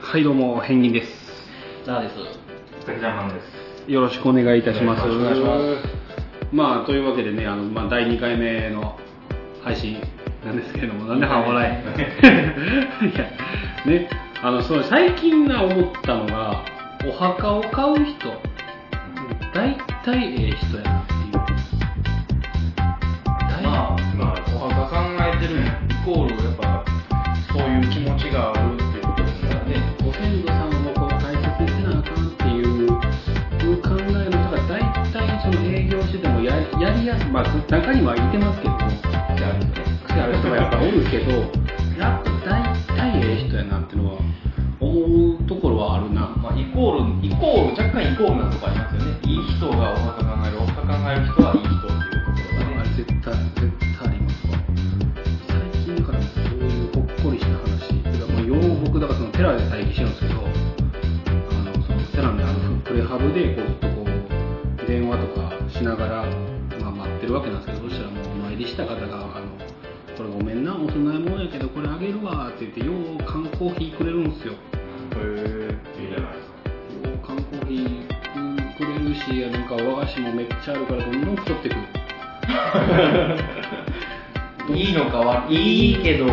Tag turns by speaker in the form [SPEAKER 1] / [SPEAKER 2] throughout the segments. [SPEAKER 1] はいどうもペンギンです
[SPEAKER 2] じゃあです。
[SPEAKER 3] ペジャマンです。
[SPEAKER 1] よろしくお願いいたします
[SPEAKER 3] お願いしま
[SPEAKER 1] まあというわけでねあの、まあ、第2回目の配信なんですけれどもなんで半笑 いいやねあのそう最近な思ったのがお墓を買う人大体ええ人やなっていう大
[SPEAKER 2] まあ、
[SPEAKER 3] まあ、
[SPEAKER 2] お墓考えてるイコール、やっぱ、そういう気持ちがあるっていうことですからね。
[SPEAKER 1] ご先祖様をこう大切にせなあかんっていういう考えの人が大体その営業しててもややりやすい、まあ、中にはいてますけども
[SPEAKER 2] じゃあね。
[SPEAKER 1] 癖ある人がやっぱおるけどやっぱ大体ええ人やなっていうのは思うところはあるな
[SPEAKER 2] まあ、イコール、イコール、若干イコールなとこありますよね。いい人がお墓考える、お墓考える人はいい人っていうところが
[SPEAKER 1] あれ
[SPEAKER 2] ね。
[SPEAKER 1] 絶対絶対ありますわ最近だからそういうほっこりした話てかもうよう僕だからその寺で待機してるんですけどあのその寺のあのプレハブでこうずっとこう電話とかしながら、まあ、待ってるわけなんですけどそしたらもうお参りした方が「あのこれごめんなお供え物やけどこれあげるわ」って言ってよう缶コーヒーくれるんですよ
[SPEAKER 3] いいじゃないですか。
[SPEAKER 1] 缶コーヒーくれるしなんか和菓子もめっちゃあるからどんどん太ってくる
[SPEAKER 2] いいのか悪い、いいけど、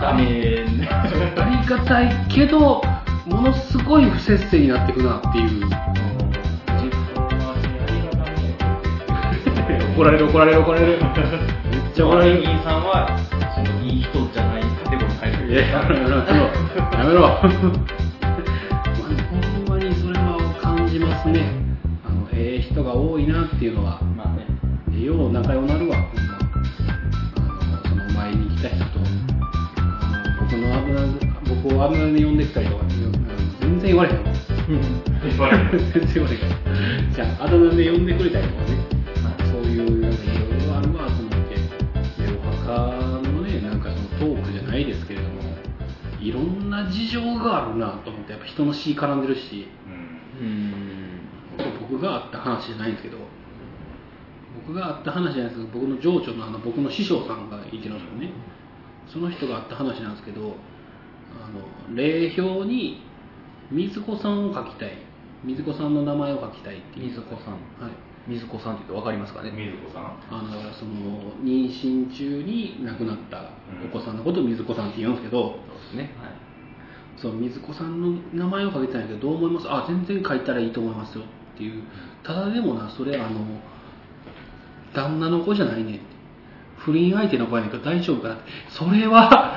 [SPEAKER 2] ダメ。
[SPEAKER 1] ありがたいけどものすごい不節制になってくなっていう怒られる怒られる怒られるめっち
[SPEAKER 2] じ
[SPEAKER 1] ゃ
[SPEAKER 2] ゃ
[SPEAKER 1] 怒
[SPEAKER 2] あ、お
[SPEAKER 1] られ
[SPEAKER 2] 笑
[SPEAKER 1] る
[SPEAKER 2] い
[SPEAKER 1] い
[SPEAKER 2] さんは、その、いい人じゃないカテゴリーに入るんで
[SPEAKER 1] や
[SPEAKER 2] すか
[SPEAKER 1] やめろやめろまあほんまにそれは感じますねあのええ人が多いなっていうのは
[SPEAKER 2] まあね。
[SPEAKER 1] よう仲良くなるわほんまあのその前に来た人とあの僕の油僕を油で呼んできたりとかうん全然言われへんわ
[SPEAKER 3] 言われる
[SPEAKER 1] 全然言われへんじゃああだ名で呼んでくれたりとかねそういうなんかいろいろあるわと思ってでお墓のねなんかそのトークじゃないですけれどもいろんな事情があるなと思ってやっぱ人の死絡んでるし
[SPEAKER 3] うん。
[SPEAKER 2] うん。
[SPEAKER 1] 僕があった話じゃないんですけど僕があった話じゃないですけど僕の情緒のあの僕の師匠さんがいてるんですよねその人があった話なんですけどあの霊標に水子さんを書きたい水子さんの名前を書きたいっていう
[SPEAKER 2] 水子さん。
[SPEAKER 1] はい
[SPEAKER 2] 水子さんって言うと分かりますかね。
[SPEAKER 3] 水子さん。
[SPEAKER 1] あのだからその妊娠中に亡くなったお子さんのことを水子さんって言うんですけど、
[SPEAKER 2] そうですね。はい。
[SPEAKER 1] その水子さんの名前をかけてたんやけどどう思いますあ全然書いたらいいと思いますよっていうただでもなそれあの旦那の子じゃないねんって不倫相手の子やねんから大丈夫かなってそれは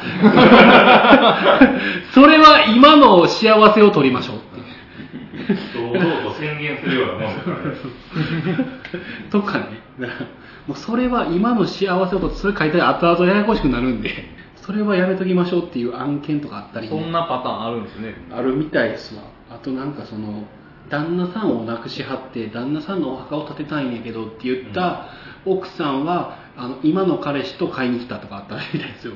[SPEAKER 1] それは今の幸せを取りましょうって
[SPEAKER 3] 堂々と宣言するようなもんだからね。
[SPEAKER 1] とかねだからもうそれは今の幸せを取ってそれ書いたら後々ややこしくなるんでそれはやめときましょうっていう案件とかあったりね
[SPEAKER 2] そんなパターンあるんですね。
[SPEAKER 1] あるみたいですわあとなんかその旦那さんを亡くしはって旦那さんのお墓を建てたいんやけどって言った奥さんは、あの今の彼氏と買いに来たとかあったみたいですよ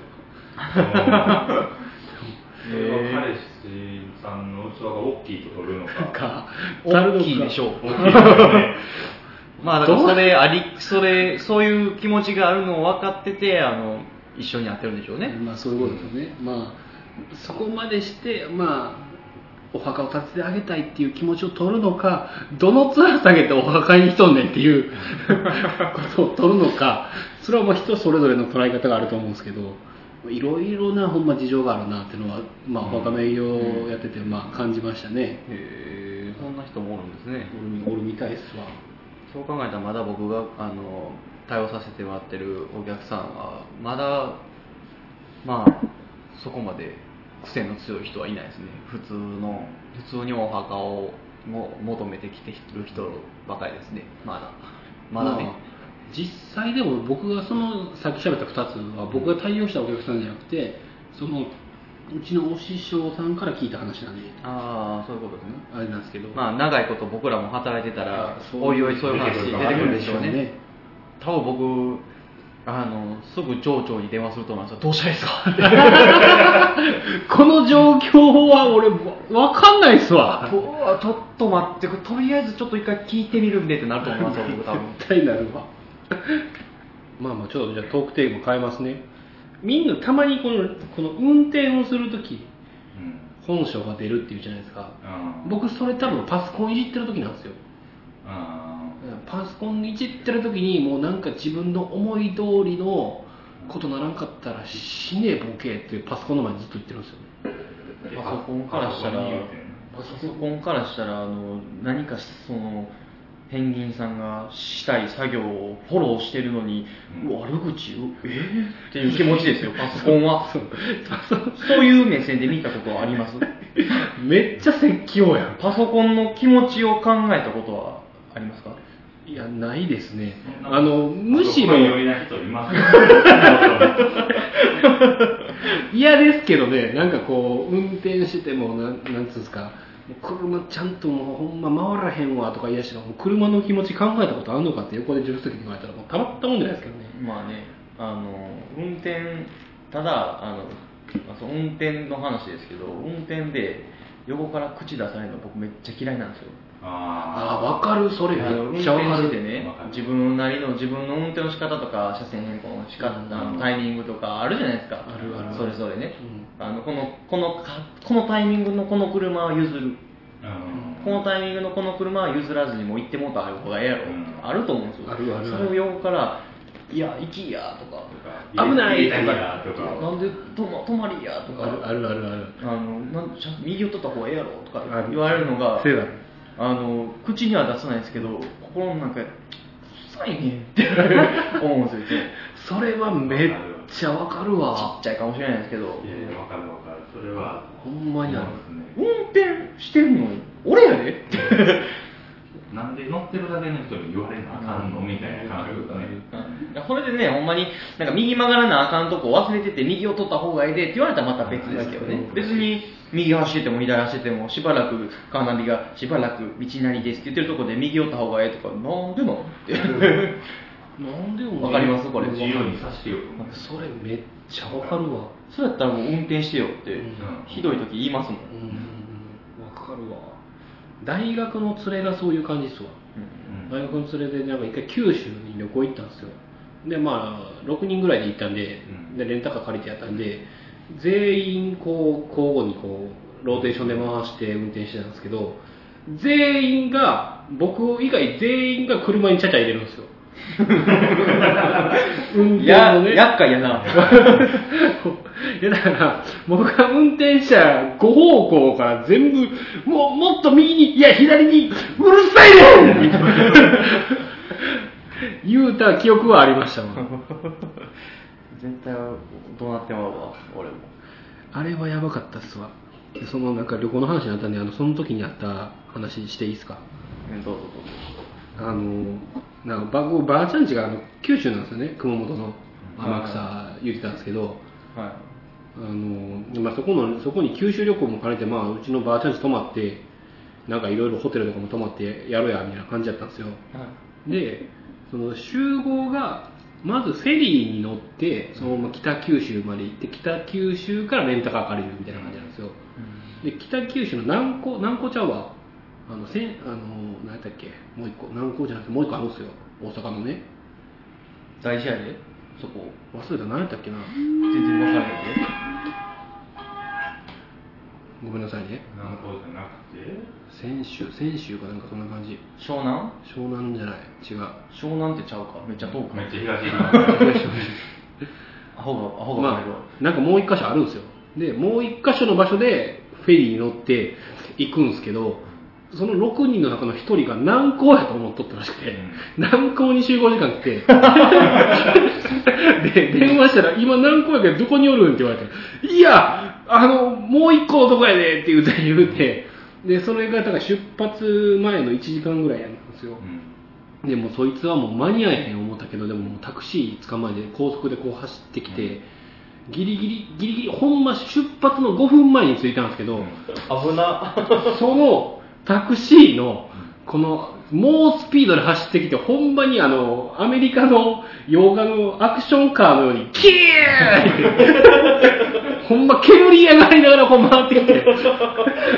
[SPEAKER 3] それは彼氏さんの器が大きいと取るのか。
[SPEAKER 1] なんか
[SPEAKER 2] 大きいでし ょう
[SPEAKER 3] 大。きいですね。
[SPEAKER 2] まあ、だからそれあり、それ、そういう気持ちがあるのを分かってて、あの、一緒にやってるんでしょうね。
[SPEAKER 1] まあそういうことですよね、まあそこまでしてまあお墓を建ててあげたいっていう気持ちを取るのかどの面下げてお墓に来とんねんっていう ことを取るのかそれはもう人それぞれの捉え方があると思うんですけどいろいろなほんま事情があるなっていうのは、まあ、お墓の営業をやってて、まあ、感じましたね、
[SPEAKER 2] へえ、そんな人もおるんですね。
[SPEAKER 1] おるおるみたいですわ
[SPEAKER 2] そう考えたら、まだ僕が、あの、対応させてもらってるお客さんは、まだ、まあ、そこまで癖の強い人はいないですね。普通の、普通にお墓をも求めてきてる人ばかりですね。まだ。まだね。
[SPEAKER 1] あ実際でも僕がそのさっき喋った2つは僕が対応したお客さんじゃなくてそのうちのお師匠さんから聞いた話なんで
[SPEAKER 2] ああ、そういうことですね。
[SPEAKER 1] あれなんですけど、
[SPEAKER 2] まあ、長いこと僕らも働いてたら
[SPEAKER 1] そ、う
[SPEAKER 2] おいおいそういう話出てくるでしょう
[SPEAKER 1] 出てくる
[SPEAKER 2] ね。多分僕、あの、すぐ町長に電話すると思いますよどうしたらいいですかって
[SPEAKER 1] この状況は俺わわかんないっすわ
[SPEAKER 2] とあちょっと待って、とりあえずちょっと一回聞いてみるんでってなると思いますよ、僕多分。
[SPEAKER 1] 絶対なるわまあまあちょっとじゃあトークテーマ変えますねみんなたまにこのこの運転をするとき
[SPEAKER 3] うん
[SPEAKER 1] 本性が出るっていうじゃないですか
[SPEAKER 3] うん
[SPEAKER 1] 僕それ多分パソコンいじってる時なんですよ
[SPEAKER 3] うん
[SPEAKER 1] パソコンいじってる時にもうなんか自分の思い通りのことならんかったら死ねえボケっていうパソコンの前にずっと言ってるんですよね
[SPEAKER 2] パソコンからしたらパソコンからしたらあの何かそのペンギンさんがしたい作業をフォローしてるのに、
[SPEAKER 3] うん
[SPEAKER 2] 悪口をえー、っていう気持ち ですよパソコンはそういう目線で見たことはあります
[SPEAKER 1] めっちゃ説教やん
[SPEAKER 2] パソコンの気持ちを考えたことはありますか
[SPEAKER 1] いやないですね
[SPEAKER 3] そんな
[SPEAKER 1] あのむしろ
[SPEAKER 3] パソコン寄りな人いますよ
[SPEAKER 1] 嫌ですけどね、なんかこう、運転してても、なんなんつうんですか、もう車ちゃんともうほんま回らへんわとか言い出したら、もう車の気持ち考えたことあるのかって横で助手席に言われたら、もうたまったもんじゃないですけどね。
[SPEAKER 2] まあねあの運転ただあのまあその運転の話ですけど運転で横から口出されるの僕めっちゃ嫌いなんですよ
[SPEAKER 1] あ
[SPEAKER 3] あ
[SPEAKER 1] あ、わかる、それ
[SPEAKER 2] あの
[SPEAKER 1] め
[SPEAKER 2] 運
[SPEAKER 1] っちゃわ
[SPEAKER 2] 転
[SPEAKER 1] か
[SPEAKER 2] して
[SPEAKER 1] る。
[SPEAKER 2] てね
[SPEAKER 3] わかる
[SPEAKER 2] 自分なりの自分の運転の仕方とか車線変更の仕方
[SPEAKER 3] うん
[SPEAKER 2] のタイミングとかあるじゃないですか
[SPEAKER 1] あるある
[SPEAKER 2] それぞれね、あのこのこのかこのタイミングのこの車は譲る
[SPEAKER 3] ーうん
[SPEAKER 2] このタイミングのこの車は譲らずにもう行ってもうた方がええやろ、
[SPEAKER 3] うん
[SPEAKER 2] あると思うんですよ
[SPEAKER 1] あるある
[SPEAKER 2] それを横から「いや行きや」とか
[SPEAKER 3] とか
[SPEAKER 1] 危ない
[SPEAKER 3] 入れたりやと
[SPEAKER 2] 「な
[SPEAKER 3] か
[SPEAKER 2] んで止ま止まりや」と
[SPEAKER 1] ある
[SPEAKER 2] か
[SPEAKER 1] あるあるある。
[SPEAKER 2] あのなんちゃ右を取った方がええやろ」とか
[SPEAKER 1] ある
[SPEAKER 2] 言われるのが
[SPEAKER 1] せやろ
[SPEAKER 2] あの口には出さないですけど心の中で「臭いね」って 思うんですよいつも
[SPEAKER 1] それはめっちゃわかる
[SPEAKER 2] ち
[SPEAKER 1] わ
[SPEAKER 2] っ。ちゃいかもしれないですけど
[SPEAKER 3] いやいやわかるわかるそれは
[SPEAKER 1] ほんまにある
[SPEAKER 3] そうですね
[SPEAKER 2] 運転してんのに俺やでって
[SPEAKER 3] なんで乗ってるだけの人に言われなあかんのみたいな感覚がね
[SPEAKER 2] それでね、ほんまに、なんか右曲がらなあかんとこ忘れてて、右を取った方がええでって言われたらまた別ですけどね、別に右走ってても左走ってても、しばらくカーナビがしばらく道なりですって言ってるとこで、右を取った方がええとか、なんでなんって、
[SPEAKER 1] なんでお前
[SPEAKER 2] わかりますこれ
[SPEAKER 3] 自由にさしてよ
[SPEAKER 1] それめっちゃわかるわ。
[SPEAKER 2] そうやったらもう運転してよって
[SPEAKER 1] うん、
[SPEAKER 2] ひどい時言いますもん。
[SPEAKER 1] うんうんうん、わかるわ。大学の連れがそういう感じっすわ。
[SPEAKER 3] うん
[SPEAKER 1] 大学の連れでなんか一回九州に旅行行ったんですよでまあ6人ぐらいで行ったんで,、
[SPEAKER 3] うん
[SPEAKER 1] でレンタカー借りてやったんで全員こう交互にこうローテーションで回して運転してたんですけど全員が僕以外全員が車にちゃちゃ入れるんです よ運
[SPEAKER 2] い
[SPEAKER 1] 転
[SPEAKER 2] や、
[SPEAKER 1] をね
[SPEAKER 2] 厄介やな。
[SPEAKER 1] いやだから僕が運転した5方向から全部もうもっと右にいや左にうるさいねん言うた記憶はありましたもん
[SPEAKER 2] 絶対どうなってまうわ、俺も。
[SPEAKER 1] あれはやばかったっすわでそのなんか旅行の話になったんであのその時にあった話していいですか
[SPEAKER 2] うんどうぞ
[SPEAKER 1] あのなんかば僕ばあちゃんちがあの九州なんですよね熊本の天草言ってたんですけど、
[SPEAKER 2] どうぞ。はい。
[SPEAKER 1] あのまあ、そこのそこに九州旅行も兼ねて、まあ、うちのばあちゃんち泊まってなんかいろいろホテルとかも泊まってやろうやみたいな感じだったんですよ
[SPEAKER 2] はい
[SPEAKER 1] でその集合がまずフェリーに乗ってそのまま北九州まで行って北九州からレンタカー借りるみたいな感じなんですよで北九州の南高南高ちゃうわあのせんあの何やったっけもう一個南高じゃなくてもう一個あるんですよ大阪のね
[SPEAKER 2] 大事やで、そこ。
[SPEAKER 1] 忘れた何やったっけな
[SPEAKER 2] 全然分からへんで。
[SPEAKER 1] ごめんなさいね
[SPEAKER 3] 南方じゃなくて
[SPEAKER 1] 先週先週かなんかそんな感じ
[SPEAKER 2] 湘南
[SPEAKER 1] 湘南じゃない違う
[SPEAKER 2] 湘南ってちゃうかめっちゃ遠く
[SPEAKER 3] め
[SPEAKER 2] な
[SPEAKER 3] っ
[SPEAKER 2] い
[SPEAKER 3] ちゃ東行きます
[SPEAKER 2] アホがアホが
[SPEAKER 1] ま
[SPEAKER 2] 入るわ、
[SPEAKER 1] あなんかもう一箇所あるんですよでもう一箇所の場所でフェリーに乗って行くんですけどその6人の中の1人が南港やと思っとったらしくて、
[SPEAKER 3] うん
[SPEAKER 1] 南港に集合時間 来てで電話したら今南港やけどどこにおるんって言われていやあのもう一個のとこやでって言うて言うてでそれがだから出発前の1時間ぐらいやったんですよ、
[SPEAKER 3] うん
[SPEAKER 1] でもうそいつはもう間に合えへん思ったけどでももうタクシー捕まえて高速でこう走ってきて、ギリギリギリギリほんま出発の5分前に着いたんですけど、
[SPEAKER 2] 危な
[SPEAKER 1] そのタクシーのこの猛スピードで走ってきてほんまにあのアメリカの洋画のアクションカーのようにキーってほんま煙上がりながらこう回ってきて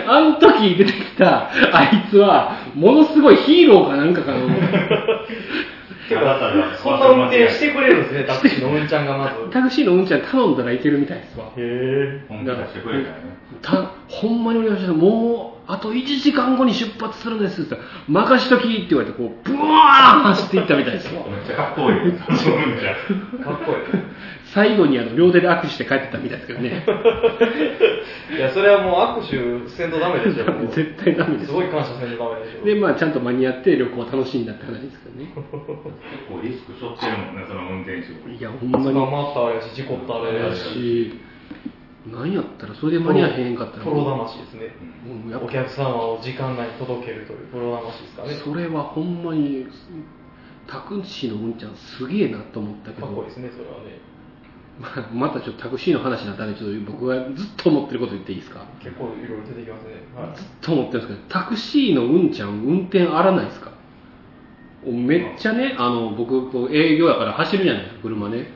[SPEAKER 1] あの時出てきたあいつはものすごいヒーローかなんかかな
[SPEAKER 4] てか、そんな運転してくれるん ですね、タクシーのうんちゃんがまず。
[SPEAKER 1] タクシーのうんちゃん頼んだらいけるみたいですわ
[SPEAKER 4] へえ。
[SPEAKER 3] 本気出してくれたよね。
[SPEAKER 1] たほんまにお願いしますもうあと1時間後に出発するんですって言ったら任しときって言われてこうブワーン走っていったみたいですわ
[SPEAKER 3] めっちゃかっこいいよ。そうめっちゃ
[SPEAKER 4] かっこい
[SPEAKER 1] 最後にあの両手で握手して帰ってったみたいですけどね
[SPEAKER 4] い。いや、それはもう握手せんとダメ ですよ。もう
[SPEAKER 1] 絶対ダメです
[SPEAKER 4] すごい感謝せんとダメでしょ。
[SPEAKER 1] でまあちゃんと間に合って旅行を楽しんだって話ですけどね
[SPEAKER 3] 結構リスク背負ってるもんね、その運転手も。
[SPEAKER 1] いやほんまに
[SPEAKER 4] 捕まったあれやし、事故ったあれや
[SPEAKER 1] だ
[SPEAKER 4] し。
[SPEAKER 1] し何やったらそれで間に合えへんかったら
[SPEAKER 4] プロ魂ですね。
[SPEAKER 1] うんやっ
[SPEAKER 4] お
[SPEAKER 1] ぱ
[SPEAKER 4] 客様を時間内に届けるというプロ魂ですかね。
[SPEAKER 1] それはほんまにタクシーのうんちゃんすげえなと思ったけ
[SPEAKER 4] か
[SPEAKER 1] ど
[SPEAKER 4] っこいいですね、それはね。
[SPEAKER 1] まあ またちょっとタクシーの話になったんでちょっと僕がずっと思ってること言っていいですか
[SPEAKER 4] 結構いろいろ出てきますね。はい
[SPEAKER 1] ずっと思ってるんですけどタクシーのうんちゃん運転荒ないですかめっちゃねあの僕こう営業やから走るじゃないですか車ね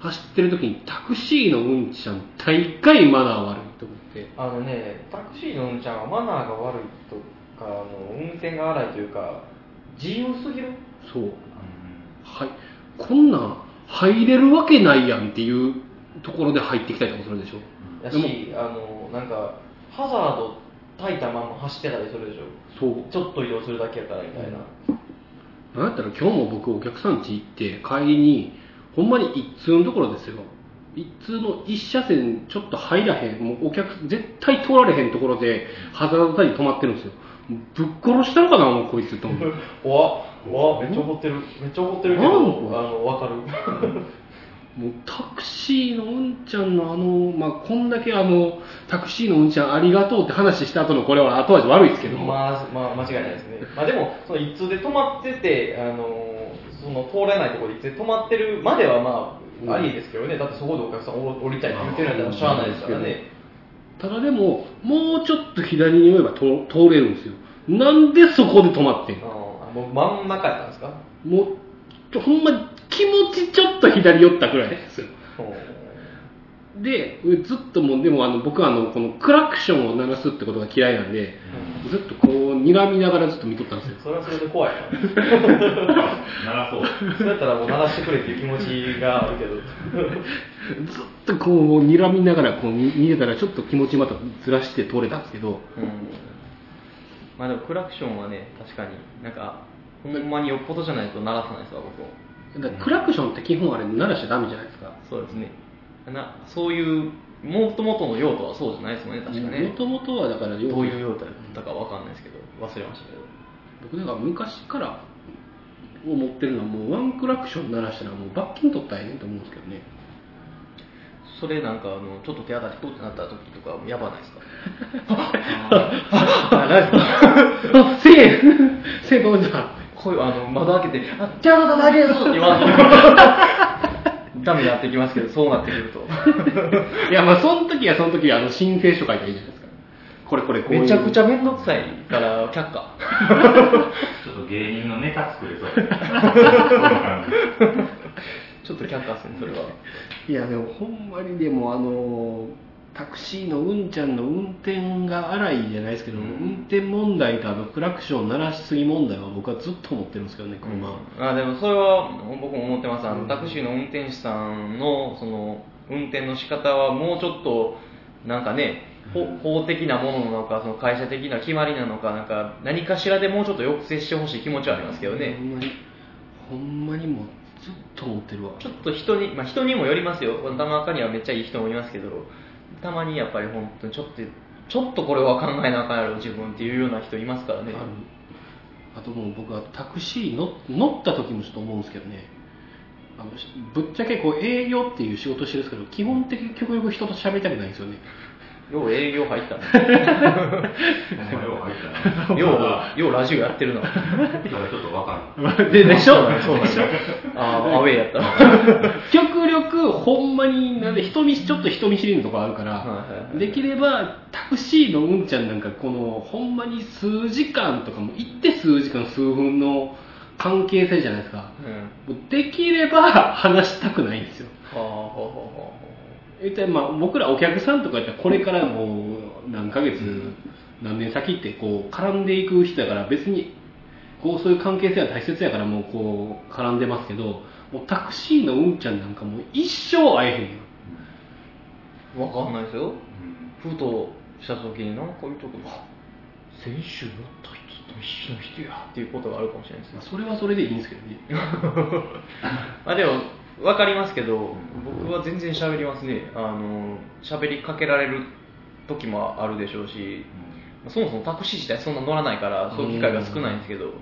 [SPEAKER 1] 走ってる時にタクシーのうんちゃん大概マナー悪いと思って
[SPEAKER 4] あのね、タクシーのうんちゃんはマナーが悪いとか、あの運転が荒いというか、自由すぎる
[SPEAKER 1] そうはいこんなん入れるわけないやんっていうところで入ってきたりとかするでしょ
[SPEAKER 4] や
[SPEAKER 1] でも
[SPEAKER 4] し、あのなんか、ハザード焚いたまま走ってたりするでしょ、
[SPEAKER 1] そう
[SPEAKER 4] ちょっと移動するだけやからみたいな、
[SPEAKER 1] なんやったら今日も僕お客さん家行って帰りにほんまに一通のところですよ一通の一車線ちょっと入らへんもうお客絶対通られへんところでハザードタイに止まってるんですよぶっ殺したのかなもうこいつと思って
[SPEAKER 4] おわおわめっちゃ怒ってる、めっちゃ怒ってるけど、あ
[SPEAKER 1] なんか
[SPEAKER 4] のわかる、
[SPEAKER 1] もうタクシーのうんちゃんのあの、まあ、こんだけあのタクシーのうんちゃんありがとうって話した後のこれは後味悪いですけど、
[SPEAKER 4] まあ、まあ、間違いないですね、まあ、でも、その一通で止まってて、あのその通れないところで一通で止まってるまでは、ま
[SPEAKER 1] うん
[SPEAKER 4] あ、ありですけどね、だってそこでお客さん降りたいって言ってるんだったらしゃあないですからね。
[SPEAKER 1] ただでももうちょっと左に寄れば通通れるんですよなんでそこで止まってんの
[SPEAKER 4] あもう真ん中やったんですか
[SPEAKER 1] もうちょほんま気持ちちょっと左寄ったくらいですよでずっともうでもあの僕はあのこのクラクションを鳴らすってことが嫌いなんでずっとこう睨みながらずっと見とったんですよ
[SPEAKER 4] それはそれで怖いな
[SPEAKER 3] ならそう。
[SPEAKER 4] そうやったらもう鳴らしてくれっていう気持ちがあるけど
[SPEAKER 1] ずっとこう睨みながらこう見見てたらちょっと気持ちまたずらして通れたんですけど
[SPEAKER 2] まあでもクラクションはね確かになんかほんまによっぽどじゃないと鳴らさないですわ僕も
[SPEAKER 1] だからクラクションって基本あれ鳴らしちゃダメじゃないですか
[SPEAKER 2] そうですねなそういうもともとの用途はそうじゃないですもんね確か
[SPEAKER 1] も
[SPEAKER 2] ね
[SPEAKER 1] ともとはだから要するに
[SPEAKER 2] どういう用途だったかわかんないですけど忘れましたけど
[SPEAKER 1] 僕なんか昔から思ってるのはもうワンクラクション鳴らしたらもう罰金取ったらええねんと思うんですけどね
[SPEAKER 2] それなんかあのちょっと手当たりとってなった時とかやばないですか
[SPEAKER 1] あ、何ですかあ、1000円 !1000 円届いた。
[SPEAKER 2] こういうあの窓開けて「 あ手当ただけです!」って言わんとダメになってきますけどそうなってくると
[SPEAKER 1] いや、まあ、その時はその時であの申請書書いたらいいじゃないですか。これこれこういう。
[SPEAKER 2] めちゃくち
[SPEAKER 1] ゃ。
[SPEAKER 2] ゃ面倒くさいから却下
[SPEAKER 3] ちょっと芸人のネタ作れそう。そんな感じ
[SPEAKER 2] ちょっと却下するそれはい
[SPEAKER 1] や、でもほんまにでもあのータクシーのうんちゃんの運転が荒いじゃないですけど、
[SPEAKER 3] うん
[SPEAKER 1] 運転問題とあのクラクション鳴らしすぎ問題は僕はずっと思ってるんですけどね、車は。
[SPEAKER 2] あでもそれは僕も思ってますあのタクシーの運転手さんのその運転の仕方はもうちょっとなんかねほ法的なものなのかその会社的な決まりなのかなんか何かしらでもうちょっと抑制してほしい気持ちはありますけど
[SPEAKER 1] ほ
[SPEAKER 2] ね
[SPEAKER 1] んまに、ほんまにもうずっと思ってるわ。
[SPEAKER 2] ちょっと人に、まあ、人にもよりますよこの玉赤にはめっちゃいい人もいますけどたまにやっぱり本当にちょっとちょっとこれは考えなあかんやろ自分っていうような人いますからね
[SPEAKER 1] あるあともう僕はタクシーの乗った時もちょっと思うんですけどねあのしぶっちゃけこう営業っていう仕事してるんですけど基本的に極力人と喋りたくないんですよね
[SPEAKER 2] よう営業入ったね
[SPEAKER 3] ほんまよう入ったな。
[SPEAKER 2] ようようラジオやって るな
[SPEAKER 3] だからちょっとわかる。
[SPEAKER 1] ででしょ
[SPEAKER 2] そうなんだ。あーアウェイやった。
[SPEAKER 1] 極力ほんまになんで人見知ちょっと人見知りのとこあるから、
[SPEAKER 2] はいはいはい
[SPEAKER 1] できればタクシーのうんちゃんなんかこのほんまに数時間とかも行って数時間数分の関係性じゃないですか
[SPEAKER 2] うん。
[SPEAKER 1] もうできれば話したくないんですよ
[SPEAKER 2] はあ、ほうほうほ
[SPEAKER 1] 言ったらまあ僕らお客さんとかやったらこれからもう何ヶ月、何年先ってこう絡んでいく人だから別にこうそういう関係性は大切やからもうこう絡んでますけどもうタクシーのうんちゃんなんかもう一生会えへんよ
[SPEAKER 2] わかんないですよ
[SPEAKER 3] うん
[SPEAKER 2] ふとした時に何か言うとくあ先週やった人と一緒の人やっていうことがあるかもしれないですね
[SPEAKER 1] まあそれはそれでいいんですけどね
[SPEAKER 2] まあでも分かりますけど僕は全然喋りますねあの喋りかけられる時もあるでしょうしそもそもタクシー自体そんな乗らないからそういう機会が少ないんですけど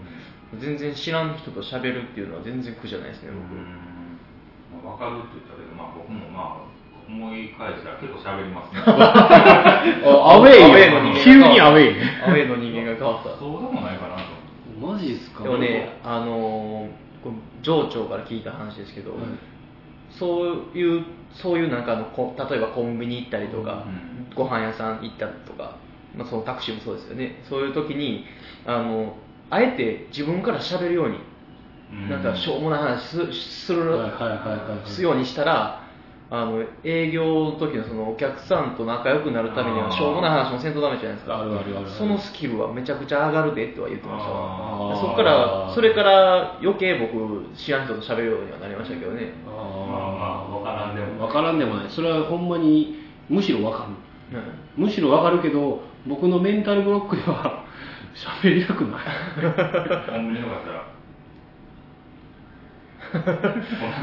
[SPEAKER 2] 全然知らん人と喋るっていうのは全然苦じゃないですね
[SPEAKER 3] う
[SPEAKER 2] 僕
[SPEAKER 3] んまあ、分かるって言ったけど、まあ、僕もまあ思い返したら結構喋りますね
[SPEAKER 1] あアウェイよ
[SPEAKER 2] アウェイの人間が
[SPEAKER 1] 急にアウェイ
[SPEAKER 2] アウェイの人間が変 わった
[SPEAKER 3] そうでもないかなと
[SPEAKER 1] マジですか
[SPEAKER 2] でもねあのーこう上長から聞いた話ですけど、そういうそういうなんかあのこ例えばコンビニ行ったりとか、
[SPEAKER 3] うん
[SPEAKER 2] ご飯屋さん行ったとか、まあ、そのタクシーもそうですよねそういう時にあのあえて自分から喋るように、
[SPEAKER 3] うん
[SPEAKER 2] なんかしょうもない話すする、
[SPEAKER 1] はいはいはいはい
[SPEAKER 2] すようにしたらあの営業の時のそのお客さんと仲良くなるためには
[SPEAKER 3] あー
[SPEAKER 2] しょうもない話もせんとダメじゃないです
[SPEAKER 1] あ
[SPEAKER 2] か
[SPEAKER 1] るあるある
[SPEAKER 2] そのスキルはめちゃくちゃ上がるでとは言ってました
[SPEAKER 1] あ
[SPEAKER 2] わ
[SPEAKER 1] ー
[SPEAKER 2] そこからそれから余計僕知らん人と喋るようにはなりましたけどね、
[SPEAKER 1] あ
[SPEAKER 3] まあ分からんでも
[SPEAKER 1] 分からんでもないそれはほんまにむしろ分かる
[SPEAKER 2] うん
[SPEAKER 1] むしろ分かるけど僕のメンタルブロックでは 喋りたくない
[SPEAKER 3] コンビニとかやったらこん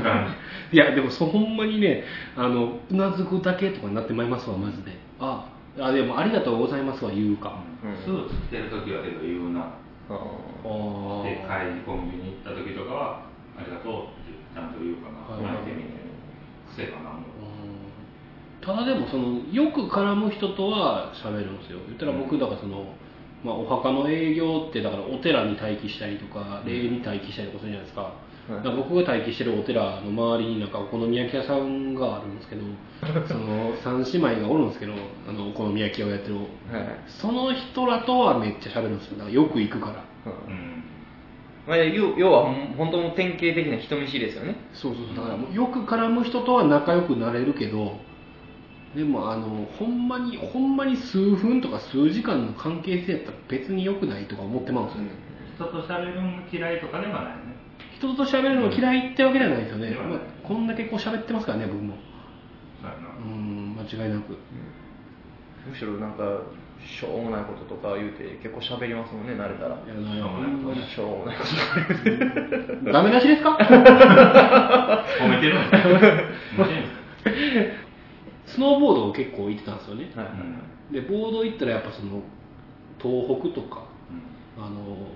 [SPEAKER 3] な感じ
[SPEAKER 1] いやでもそうほんまにねあのうなずくだけとかになってまいりますわマジでああでもありがとうございますは言うか、
[SPEAKER 2] うん
[SPEAKER 3] スーツ着てる時はけど言うな
[SPEAKER 2] あ
[SPEAKER 1] あ
[SPEAKER 3] で
[SPEAKER 1] あ
[SPEAKER 3] 帰りコンビニ行った時とかはありがとうってちゃんと言うかな、
[SPEAKER 1] はい
[SPEAKER 3] 相手に癖かなもう
[SPEAKER 1] うんただでもそのよく絡む人とは喋るんですよ言ったら僕だからその、まあ、お墓の営業ってだからお寺に待機したりとか霊園に待機したりとかするじゃないですか,、
[SPEAKER 2] い
[SPEAKER 1] 僕が待機してるお寺の周りになんかお好み焼き屋さんがあるんですけどその三姉妹がおるんですけどあのお好み焼きをやってる
[SPEAKER 2] ーはいはい
[SPEAKER 1] その人らとはめっちゃ喋るんですよだからよく行くから
[SPEAKER 2] うん
[SPEAKER 3] うん
[SPEAKER 2] まあ、要要はほん本当の典型的な人見知りですよね
[SPEAKER 1] そうそうそうだからもうよく絡む人とは仲良くなれるけどでもあのほんまにほんまに数分とか数時間の関係性やったら別に良くないとか思ってまうんですよね、
[SPEAKER 3] 人と喋るのが嫌いとかではないね
[SPEAKER 1] 人と喋るの嫌いってわけではないですよね、
[SPEAKER 3] うん
[SPEAKER 1] まあ、こんだけこう喋ってますからね僕も
[SPEAKER 3] そうやな
[SPEAKER 1] うーん間違いなく
[SPEAKER 2] むしろなんかしょうもないこととか言うて結構喋りますもんね慣れたら
[SPEAKER 1] いやな
[SPEAKER 3] そうね
[SPEAKER 1] ほんま
[SPEAKER 2] しょうもないこと
[SPEAKER 1] にダメ出しですか
[SPEAKER 3] 褒めてるんですよ褒めてるんですよ
[SPEAKER 1] スノーボードを結構行ってたんですよね
[SPEAKER 2] はい、
[SPEAKER 3] うん
[SPEAKER 1] でボード行ったらやっぱその東北とかあの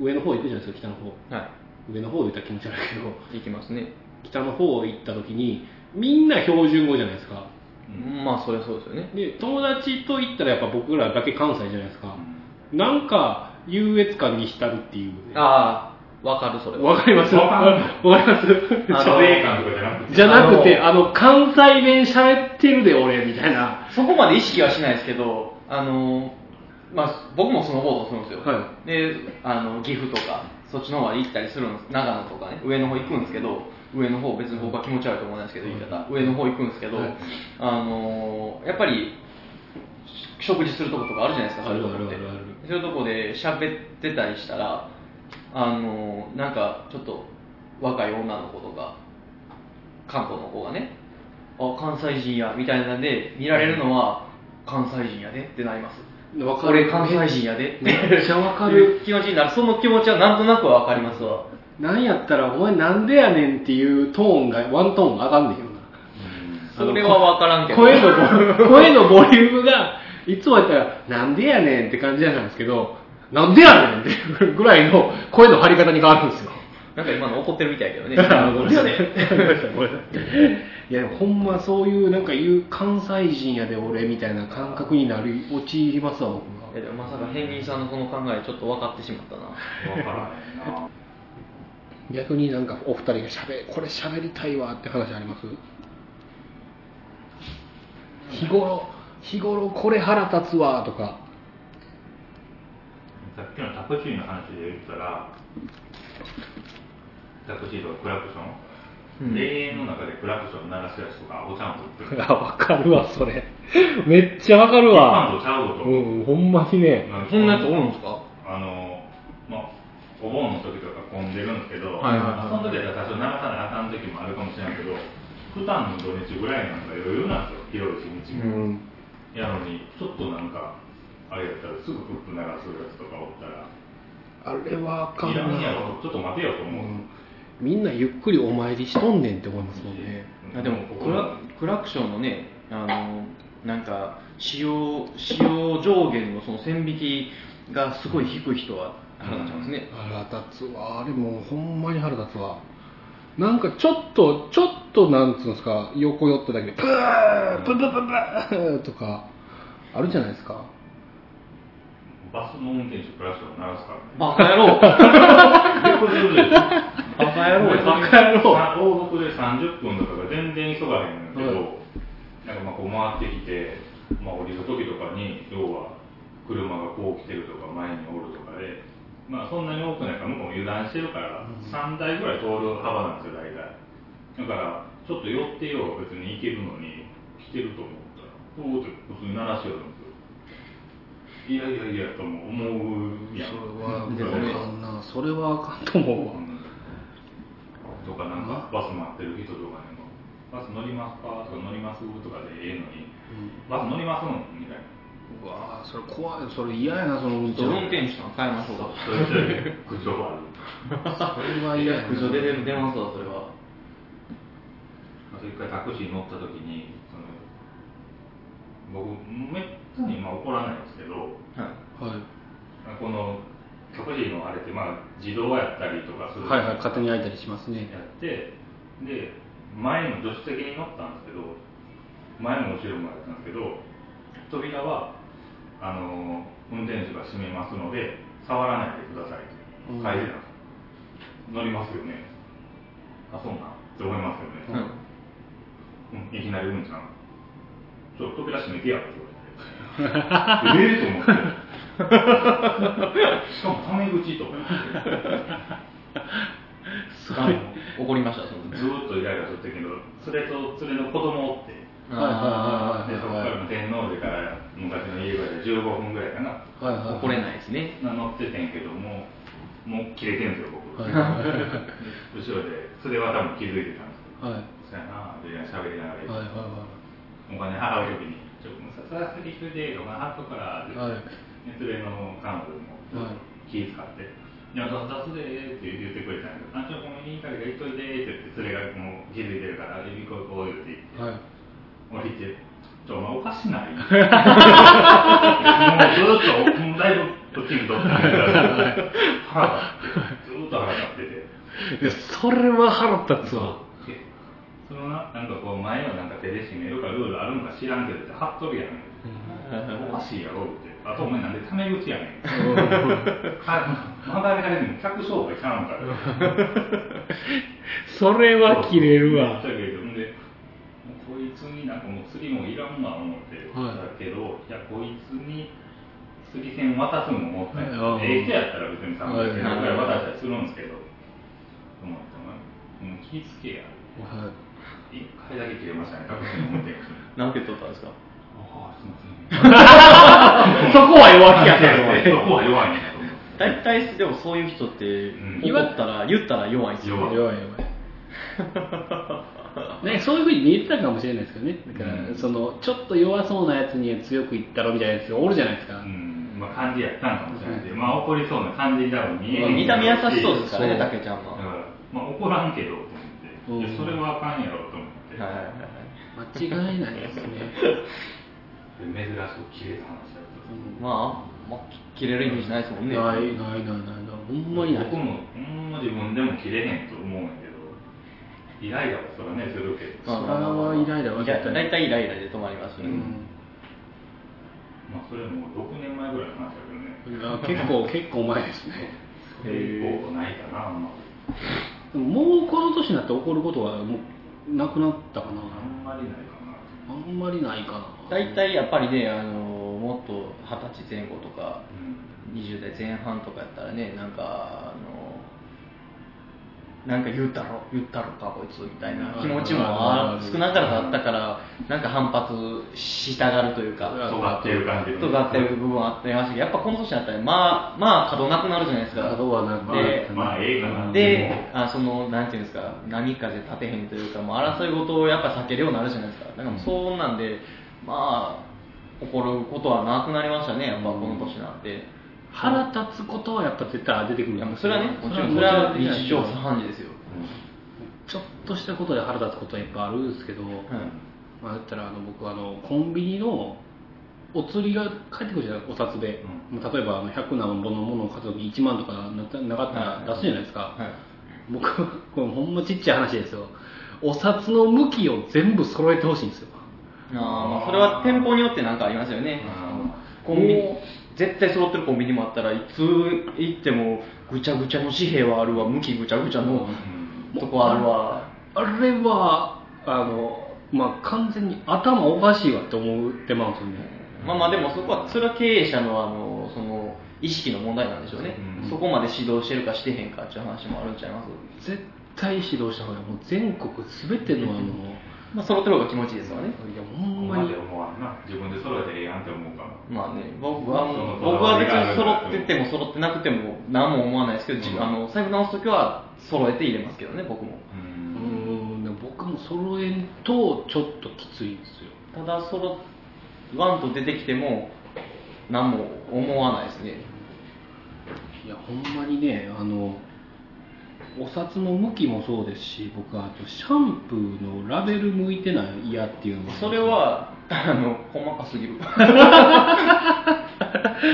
[SPEAKER 1] 上の方行くじゃないですか北の方
[SPEAKER 2] は
[SPEAKER 1] 上の方言ったら気持ち悪いけど
[SPEAKER 2] い、いきますね
[SPEAKER 1] 北の方行った時にみんな標準語じゃないですか
[SPEAKER 3] うん
[SPEAKER 2] まあそりゃそうですよね
[SPEAKER 1] で友達と行ったらやっぱ僕らだけ関西じゃないですかなんか優越感に浸るっていう
[SPEAKER 2] ああわかるそれは
[SPEAKER 1] わかりますわ
[SPEAKER 3] わ
[SPEAKER 1] か
[SPEAKER 3] か
[SPEAKER 1] ります
[SPEAKER 2] あ
[SPEAKER 3] 書
[SPEAKER 2] の
[SPEAKER 3] 類感とかじゃなく て
[SPEAKER 1] じゃなくてあの関西弁喋ってるで俺みたいな
[SPEAKER 2] そこまで意識はしないですけどあのまあ僕もスノーボードするんですよ、
[SPEAKER 1] は
[SPEAKER 2] であの岐阜とかそっちの方まで行ったりするんです長野とかね上の方行くんですけど上の方別に僕は気持ち悪いと思わないですけど言い方上の方行くんですけど、
[SPEAKER 1] はい
[SPEAKER 2] あのーやっぱりし食事するとことかあるじゃないですかそういうとこって
[SPEAKER 1] あるあるあるあ
[SPEAKER 2] そういうとこで喋ってたりしたらあのーなんかちょっと若い女の子とか関東の子がねあ関西人やみたいなんで見られるのは関西人やでってなります
[SPEAKER 1] わかる
[SPEAKER 2] 俺関西人やでって
[SPEAKER 1] めっちゃわかる
[SPEAKER 2] いう気持ちになるその気持ちはなんとなくはわかりますわ
[SPEAKER 1] なんやったらお前なんでやねんっていうトーンがワントーン上がんねんよな
[SPEAKER 2] それはわからんけど
[SPEAKER 1] 声のボ声のボリュームがいつもやったら「なんでやねん」って感じなんですけど「なんでやねん」っていうぐらいの声の張り方に変わるんですよ
[SPEAKER 2] なんか今の怒ってるみたいやけど ね
[SPEAKER 1] ごめんなさ いごめんなさいごめんなさ いいやでもほんまそういうなんか言う関西人やで俺みたいな感覚になり陥りますわ僕は
[SPEAKER 2] いやでもまさか変人さんのこの考えちょっと分かってしまったな
[SPEAKER 3] 分からへんな
[SPEAKER 1] 逆になんかお二人がしゃべこれしゃべりたいわって話あります日頃日頃これ腹立つわとか
[SPEAKER 3] さっきのタクシーの話で言ったら、タクシーとかクラクション、
[SPEAKER 2] うん
[SPEAKER 3] 霊園の中でクラクション鳴らすやつとか、おちゃんこ売ってる。
[SPEAKER 1] あ、 わかるわ、それ。めっちゃわかる
[SPEAKER 3] 一般
[SPEAKER 1] わ。
[SPEAKER 3] 道ちゃうぞ
[SPEAKER 1] う
[SPEAKER 3] と。
[SPEAKER 1] ん、ほんまにね。
[SPEAKER 3] まあ
[SPEAKER 2] そんなやつおるんですか
[SPEAKER 3] あの、まあ、お盆の時とか混んでるんだけど、
[SPEAKER 4] はいはいはい
[SPEAKER 3] その時は多少流さなあかん時もあるかもしれないけど普段の土日ぐらいなんか余裕なんですよ広い一日
[SPEAKER 4] う
[SPEAKER 3] も、
[SPEAKER 4] ん
[SPEAKER 3] やのにちょっとなんかあれやったらすぐフック流すやつとかおったら
[SPEAKER 1] あれはあかん
[SPEAKER 3] いらんや
[SPEAKER 1] な、
[SPEAKER 3] ろちょっと待てよと
[SPEAKER 1] う
[SPEAKER 3] 思う、
[SPEAKER 1] ん、みんなゆっくりお参りしとんねんって思いますもんね
[SPEAKER 4] あでもクラクラクションのねあのなんか使用使用上限のその線引きがすごい低い人は腹立ちますね、
[SPEAKER 1] 腹立つわあれもうほんまに腹立つわなんかちょっとちょっとなんつうんですか横寄っただけでプープープープープーとかあるじゃないですか
[SPEAKER 3] バスの運転手クラッシュを鳴らすからね
[SPEAKER 4] バカ野 郎
[SPEAKER 3] ババ
[SPEAKER 4] バカ野郎バ
[SPEAKER 3] カ
[SPEAKER 4] カ
[SPEAKER 3] 野
[SPEAKER 4] 野
[SPEAKER 3] 郎
[SPEAKER 4] 郎
[SPEAKER 3] 往復で30分とかが全然急がへんねんけど、なんかまあこう回ってきて、まあ、降りる時とかに要は車がこう来てるとか前におるとかで、まあ、そんなに多くないから向こうも油断してるから3台ぐらい通る幅なんですよ大体だからちょっと寄ってようが別に行けるのに来てると思ったらこうって普通に鳴らしようと思っていやいやいやとも思うやん
[SPEAKER 1] それはあかんなそれはあかんと思うわ
[SPEAKER 3] とかなんかバス待ってる人とかにも「バス乗りますか?」とか「乗ります?」とかでええのに「バス乗りますもん」みたいな
[SPEAKER 1] うわあそれ怖いそれ嫌やなその運
[SPEAKER 4] ち
[SPEAKER 1] 転
[SPEAKER 4] ょっと運転手さん変えましょうか
[SPEAKER 3] そういう苦情があ る
[SPEAKER 1] それはい嫌や
[SPEAKER 4] や
[SPEAKER 1] な
[SPEAKER 4] 苦情出て出ますわそれは
[SPEAKER 3] あと一回タクシー乗った時にその僕めったにまあ怒らないんですけど
[SPEAKER 4] はい
[SPEAKER 1] はい
[SPEAKER 3] このタクシーのあれってまあ自動やったりとかする
[SPEAKER 1] はいはい、勝手に開いたりしますね。
[SPEAKER 3] やってで前の助手席に乗ったんですけど前も後ろもやったんですけど扉はあの運転手が閉めますので触らないでくださいって書いてたんですよ、乗りますよねあそうなんって思いますよね、うんいきなりうんちゃんちょっと扉閉めてやって言われてええ と思ってしかもタメ口と思 って
[SPEAKER 4] あの怒りましたその時
[SPEAKER 3] ずーっとイライラする時の連れと連れの子供おってで
[SPEAKER 1] はいは
[SPEAKER 3] そこから天皇寺から昔の家まで15分ぐらいかな
[SPEAKER 1] はいはいはい。
[SPEAKER 4] 怒れないですね
[SPEAKER 3] 乗っててんけどももう切れてんすよ僕、
[SPEAKER 1] はい
[SPEAKER 3] で後ろでそれは多分気づいてたんです
[SPEAKER 1] はい。はい
[SPEAKER 3] けどそやなで喋りながら、
[SPEAKER 1] はい
[SPEAKER 3] お金払う時に「ちょっともうささら先引くでお金払っとくから」って、
[SPEAKER 1] はい
[SPEAKER 3] で連れの彼女も
[SPEAKER 1] はい
[SPEAKER 3] 気使って「いや出すで」って言ってくれたんやけど「あちょごめんいいから行っといで」って言って連れがもう気づいてるから「行こう行こう」って言って。
[SPEAKER 1] はい。はい。
[SPEAKER 3] 降りて、ちょ、お前おかしないもうずーっと、もうだいぶ、こっちに取ってるから、ずーっと腹立ってて。
[SPEAKER 1] いや、それは腹立つわ。
[SPEAKER 3] でそのな、なんかこう、前をなんか手で締めるかルールあるんか知らんけどって、貼っとるやん。おかしいやろって。あとお前なんでタメ口やねん。はまだやれんの、客商売ちゃうん から。
[SPEAKER 1] それは切れるわ
[SPEAKER 3] だ。けど、んで、もうこいつになんかもう釣りもいらんわ思って、
[SPEAKER 1] は
[SPEAKER 3] だけど、いや、こいつに釣り線渡すのもったいない
[SPEAKER 1] はい。
[SPEAKER 3] ええ人やったら別に300円ぐらい渡したりするんですけど、と思って、お前もう気ぃつけや。
[SPEAKER 1] は
[SPEAKER 3] 一回だけ切れましたね、多分思って。
[SPEAKER 4] 何て取ったんですか
[SPEAKER 3] ああ、すいま
[SPEAKER 4] そこは弱気や
[SPEAKER 3] せん。
[SPEAKER 4] ね
[SPEAKER 3] そこは弱いねと思って。
[SPEAKER 4] 大体でもそういう人って
[SPEAKER 3] ん
[SPEAKER 4] 言ったら言ったら弱いですよ
[SPEAKER 3] 弱
[SPEAKER 1] い。弱い弱い。ね、そういうふうに見えてたかもしれないですけどね。だから、
[SPEAKER 3] うん
[SPEAKER 1] その、ちょっと弱そうなやつには強く言ったろみたいなやつがおるじゃないですか。
[SPEAKER 3] うん、まあ感じやったんかもしれないけど、まあ怒りそうな感じに多分見えへん
[SPEAKER 4] 見た目優しそうですから
[SPEAKER 1] そう
[SPEAKER 4] ね竹ちゃん
[SPEAKER 3] だ
[SPEAKER 4] は
[SPEAKER 3] か
[SPEAKER 4] はい
[SPEAKER 3] ら、まあ怒らんけどと思って、いや
[SPEAKER 1] うん
[SPEAKER 3] それはあかんやろと思って、
[SPEAKER 4] はいはい
[SPEAKER 1] 間違いない ですね。
[SPEAKER 3] 珍しく切れた話だった
[SPEAKER 1] うん
[SPEAKER 4] まあ、まあ、切れるイメージないですもんね
[SPEAKER 1] ないないないないない。ほんまにない。
[SPEAKER 3] 僕もほんま自分でも切れへんと思うんやけどイライラはそらねするけど、
[SPEAKER 1] それはイライラは
[SPEAKER 4] は
[SPEAKER 1] 絶対
[SPEAKER 4] 大体イライラで止まりますよ
[SPEAKER 1] う
[SPEAKER 4] ね、
[SPEAKER 1] ん
[SPEAKER 3] まあ、それも6年前ぐらいの話だけどね
[SPEAKER 1] いや結構結構前ですね
[SPEAKER 3] それ以降ないかな、あんま
[SPEAKER 1] でももうこの年になって起こることはもうなくなったかな
[SPEAKER 3] あんまりないかな
[SPEAKER 1] あんまりないかな
[SPEAKER 4] 大体やっぱりねあのもっと二十歳前後とか
[SPEAKER 3] うん
[SPEAKER 4] 20代前半とかやったらねなんかあの
[SPEAKER 2] なんか言ったろ言ったろかこいつみたいな気持ちもあ少なからずあったからなんか反発したがるというか
[SPEAKER 3] 尖ってる感じでね
[SPEAKER 2] 尖ってる部分はありましたけどやっぱこの年になったらまあまあ稼働なくなるじゃないですか
[SPEAKER 1] 角はなくな
[SPEAKER 2] で
[SPEAKER 1] る
[SPEAKER 3] まあええかな
[SPEAKER 2] であそのなんていうんですか波風立てへんというかもう争い事をやっぱ避けるようになるじゃないですかだからもうそうなんでまあ起こることはなくなりましたねやっぱこの年になって、
[SPEAKER 1] 腹立つことはやっぱ絶対出てくる
[SPEAKER 2] いやもうそれはねもちろんそ
[SPEAKER 1] それ
[SPEAKER 2] れは
[SPEAKER 1] は
[SPEAKER 2] 日常茶飯事ですよ、
[SPEAKER 1] ちょっとしたことで腹立つことはいっぱいあるんですけど、
[SPEAKER 2] はい
[SPEAKER 1] まあ、だったらあの僕はあのコンビニのお釣りが返ってくるじゃないお札で、もう例えばあの100何本のものを買った時1万とかなったなかったら出すじゃないですか、
[SPEAKER 2] はい
[SPEAKER 1] 僕これほんまちっちゃい話ですよお札の向きを全部揃えてほしいんですよ
[SPEAKER 2] あーまあそれは店舗によってなんかありますよね
[SPEAKER 1] ー
[SPEAKER 2] コンビニ
[SPEAKER 1] も
[SPEAKER 2] 絶対揃ってるコンビニもあったらいつ行ってもぐちゃぐちゃの紙幣はあるわ向きぐちゃぐちゃのとこはあるわ
[SPEAKER 1] あれはあのまあ完全に頭おかしいわって思ってまうんですよね
[SPEAKER 2] まあまあでもそこはそれは経営者のあのその意識の問題なんでしょうね、
[SPEAKER 3] うん
[SPEAKER 2] そこまで指導してるかしてへんかっていう話もあるんちゃいます
[SPEAKER 1] 絶対指導した方がいいもう全国全てのあの
[SPEAKER 2] まあ揃ってる方が気持ちいいですわね
[SPEAKER 1] いやほ
[SPEAKER 3] ほ
[SPEAKER 1] ん
[SPEAKER 3] ん
[SPEAKER 1] ま
[SPEAKER 3] ま
[SPEAKER 1] に
[SPEAKER 3] で思わんな自分で育ててええやんって思うから
[SPEAKER 2] まあね、僕は
[SPEAKER 3] その
[SPEAKER 2] 僕は別に揃ってても揃ってなくても何も思わないですけど、自分あの財布直す時は揃えて入れますけどね僕も
[SPEAKER 3] う
[SPEAKER 1] うんんでも僕も揃えんとちょっときついんですよ
[SPEAKER 2] ただ揃ワンと出てきても何も思わないですね
[SPEAKER 1] いやほんまにねあのお札の向きもそうですし僕はあとシャンプーのラベル向いてない嫌っていうのが
[SPEAKER 2] それはあの細かすぎる そ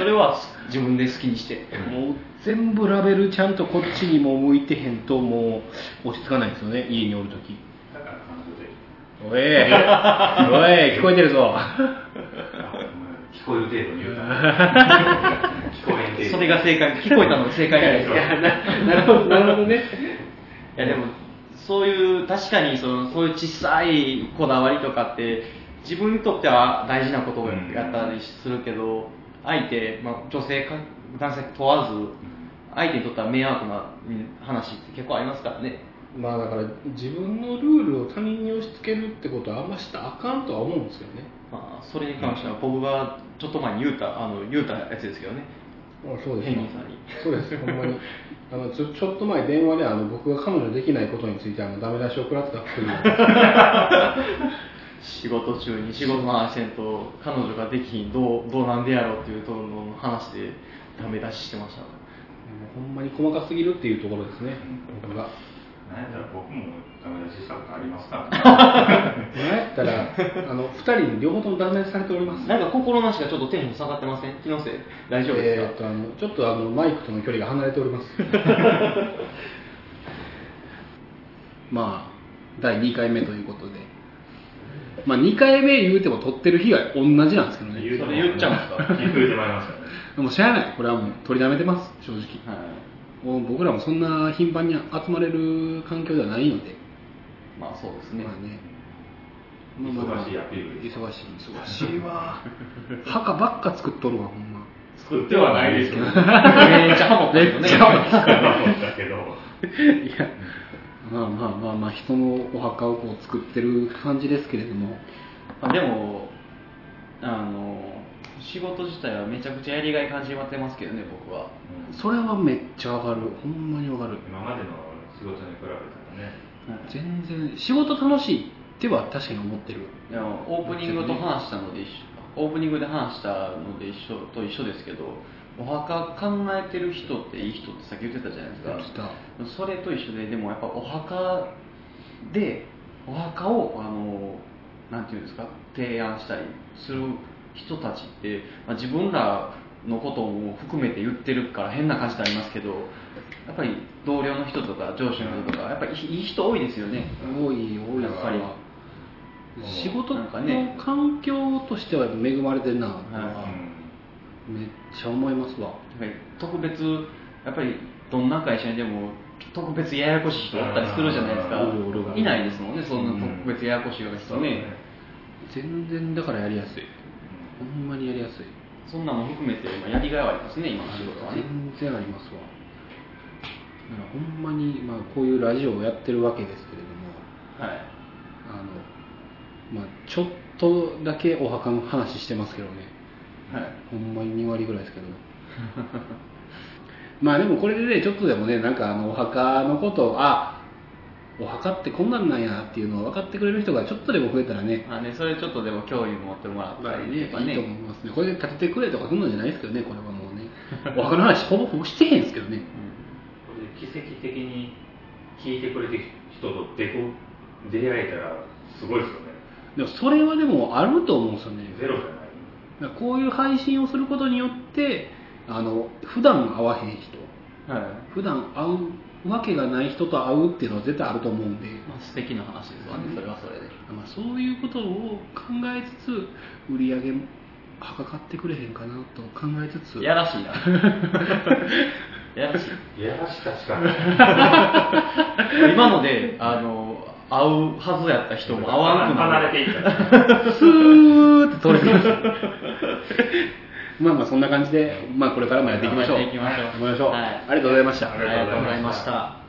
[SPEAKER 2] れは自分で好きにして
[SPEAKER 1] もう全部ラベルちゃんとこっちにも向いてへんともう落ち着かないですよね家におるとき
[SPEAKER 3] だから感情で
[SPEAKER 1] おいお い聞こえてるぞ
[SPEAKER 3] 聞こえる程度に言うた聞こえん程度
[SPEAKER 2] それが正解聞こえたのが正解じゃないですか
[SPEAKER 1] なるほどなるほどね
[SPEAKER 2] いやでもそういう確かにそのそういう小さいこだわりとかって自分にとっては大事なことやったりするけど、相手、まあ、女性か男性問わず相手にとっては迷惑なうん話って結構ありますからね
[SPEAKER 1] まあだから自分のルールを他人に押し付けるってことはあんましたらあかんとは思うんですけどね
[SPEAKER 2] まあ、それに関しては僕がちょっと前に言うたあの言うたやつですけどね
[SPEAKER 4] あそうです
[SPEAKER 2] ヘン
[SPEAKER 4] か
[SPEAKER 2] リーさんに
[SPEAKER 4] そうですほん まにあのちょちょっと前電話であの僕が彼女できないことについてあのダメ出しを食らってたっていう
[SPEAKER 2] 仕事中に仕事の話せんと彼女ができひんどうどうなんでやろうっていうとのの話でダメ出ししてました
[SPEAKER 4] ほんまに細かすぎるっていうところですね僕が
[SPEAKER 3] なんやったら僕もダメ出ししたことありますから、ね、
[SPEAKER 4] なんやったらあの2人に両方とも断念されております
[SPEAKER 2] なんか心なしがちょっとテンション下がってません気のせい大丈夫です
[SPEAKER 4] えーっ
[SPEAKER 2] か、
[SPEAKER 4] とあのちょっとあのマイクとの距離が離れております
[SPEAKER 1] まあ第2回目ということでまあ2回目言うても撮ってる日は同じなんですけどね
[SPEAKER 2] それ言っちゃうんですか
[SPEAKER 3] 言うてまいりましたね
[SPEAKER 1] でも知らないこれはもう取りだめてます正直
[SPEAKER 2] はい
[SPEAKER 1] もう僕らもそんな頻繁に集まれる環境ではないので
[SPEAKER 2] まあそうですね、
[SPEAKER 1] まあね
[SPEAKER 3] 忙しいアピールです
[SPEAKER 1] 忙しい忙しいわ 墓ばっか作っとるわほんま
[SPEAKER 3] 作ってはないですけど
[SPEAKER 2] めっちゃハモったけどね
[SPEAKER 1] めっちゃハモった
[SPEAKER 3] だけど
[SPEAKER 1] いやまあまあまあまあ人のお墓をこう作ってる感じですけれども
[SPEAKER 2] まあでもあの仕事自体はめちゃくちゃやりがい感じてますけどね僕は
[SPEAKER 1] それはめっちゃわかるほんまにわかる
[SPEAKER 3] 今までの仕事に比べたらね
[SPEAKER 1] 全然仕事楽しいっては確かに思ってる
[SPEAKER 2] でもオープニングと話したので一緒オープニングで話したので一緒と一緒ですけどお墓考えてる人っていい人ってさっき言ってたじゃないですか
[SPEAKER 1] 言ってた
[SPEAKER 2] それと一緒ででもやっぱお墓でお墓をあのなんていうんですか提案したりする人たちって、まあ、自分らのことも含めて言ってるから変な感じでありますけどやっぱり同僚の人とか上司の人とかやっぱりいい人多いですよね
[SPEAKER 1] 多い多い
[SPEAKER 2] やっぱり
[SPEAKER 1] 仕事
[SPEAKER 2] なん
[SPEAKER 1] の
[SPEAKER 2] かね
[SPEAKER 1] 環境としては恵まれてるな、
[SPEAKER 2] は
[SPEAKER 1] めっちゃ思いますわ
[SPEAKER 2] なんか特別やっぱりどんな会社にでも特別ややこしい人おったりするじゃないですか
[SPEAKER 1] うんおるおるおる
[SPEAKER 2] いないですもんねそんな特別ややこしいような人ね、
[SPEAKER 1] 全然だからやりやすいほんまにやりやすい
[SPEAKER 2] そんなのも含めて、まあやりがいはありますね、今の仕事はね。
[SPEAKER 1] 全然ありますわだからほんまに、まあ、こういうラジオをやってるわけですけれども
[SPEAKER 2] はい
[SPEAKER 1] あの、まあ、ちょっとだけお墓の話してますけどね
[SPEAKER 2] はい
[SPEAKER 1] ほんまに2割ぐらいですけど まあでもこれでねちょっとでもねなんかあのお墓のことをあお墓ってこんなんなんやっていうのを分かってくれる人がちょっとでも増えたらね
[SPEAKER 2] まあね、それちょっとでも興味持ってもらっ
[SPEAKER 1] まあ
[SPEAKER 2] た
[SPEAKER 1] ね
[SPEAKER 2] り
[SPEAKER 1] いい
[SPEAKER 2] と
[SPEAKER 1] と
[SPEAKER 2] かね、
[SPEAKER 1] 思いますねこれで立ててくれとかそんなんじゃないですけどねこれはもうねお墓の話ほぼほぼしてへんですけどね
[SPEAKER 3] これ奇跡的に聞いてくれてる人と出こ出会えたらすごいですよね
[SPEAKER 1] でもそれはでもあると思うんですよね
[SPEAKER 3] ゼロじゃない
[SPEAKER 1] だからこういう配信をすることによってあの普段会わへん人
[SPEAKER 2] はい
[SPEAKER 1] 普段会うわけがない人と会うっていうのは絶対あると思うんで、
[SPEAKER 2] まあ、素敵な話ですわね、それはそれで。
[SPEAKER 1] まあ、そういうことを考えつつ売り上げはかかってくれへんかなと考えつつ
[SPEAKER 2] やら しいな。やらしい。
[SPEAKER 3] いやらしかし かない
[SPEAKER 2] 今ので、あの、会うはずやった人も会わなくな
[SPEAKER 3] 離
[SPEAKER 2] る。
[SPEAKER 3] れていった
[SPEAKER 1] スーって取れてます まあまあそんな感じで、まあ、これからもやっていきましょう
[SPEAKER 2] やっていきましょう
[SPEAKER 1] やっていきましょう
[SPEAKER 2] はい
[SPEAKER 1] ありがとうございました
[SPEAKER 2] ありがとうございました。